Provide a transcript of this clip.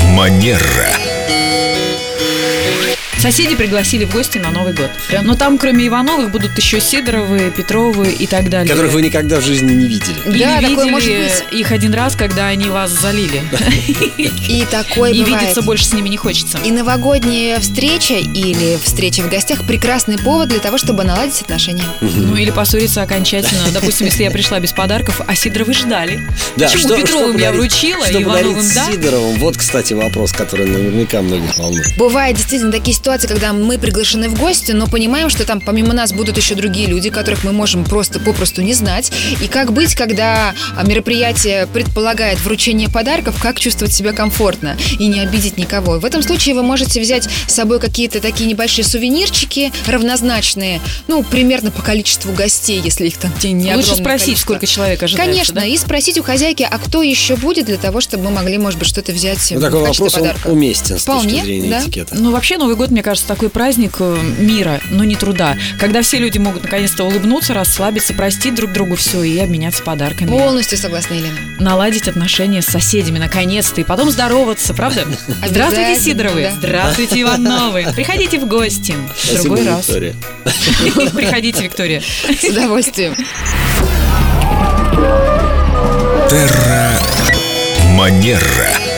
Венера. Соседи пригласили в гости на Новый год. Но там, кроме Ивановых, будут еще Сидоровы, Петровы и так далее. Которых вы никогда в жизни не видели. И Да, не такое видели может быть. их один раз, когда они вас залили. И такое И бывает. видеться больше с ними не хочется. И новогодняя встреча или встреча в гостях – прекрасный повод для того, чтобы наладить отношения. Ну или поссориться окончательно. Допустим, если я пришла без подарков, а Сидоровы ждали. Почему Петровым я подарить- вручила, что Ивановым подарить да? Сидоровым? Вот, кстати, вопрос, который наверняка многих волнует. Бывают действительно такие ситуации, когда мы приглашены в гости, но понимаем, что там помимо нас будут еще другие люди, которых мы можем просто попросту не знать. И как быть, когда а, мероприятие предполагает вручение подарков, как чувствовать себя комфортно и не обидеть никого. В этом случае вы можете взять с собой какие-то такие небольшие сувенирчики, равнозначные, ну, примерно по количеству гостей, если их там не Лучше огромное спросить, количество. сколько человек ожидается. Конечно, да? и спросить у хозяйки, а кто еще будет для того, чтобы мы могли, может быть, что-то взять Ну, в такой качестве вопрос, он подарка. уместен с Вполне, точки зрения да. этикета. Ну, вообще, Новый год, мне кажется, такой праздник э, мира, но не труда. Когда все люди могут наконец-то улыбнуться, расслабиться, простить друг другу все и обменяться подарками. Полностью согласна, Елена. Наладить отношения с соседями наконец-то и потом здороваться, правда? Здравствуйте, Обязательно, Сидоровы! да. Здравствуйте, Ивановы! Приходите в гости. В Спасибо, другой раз. Виктория. Приходите, Виктория. С удовольствием. Манера.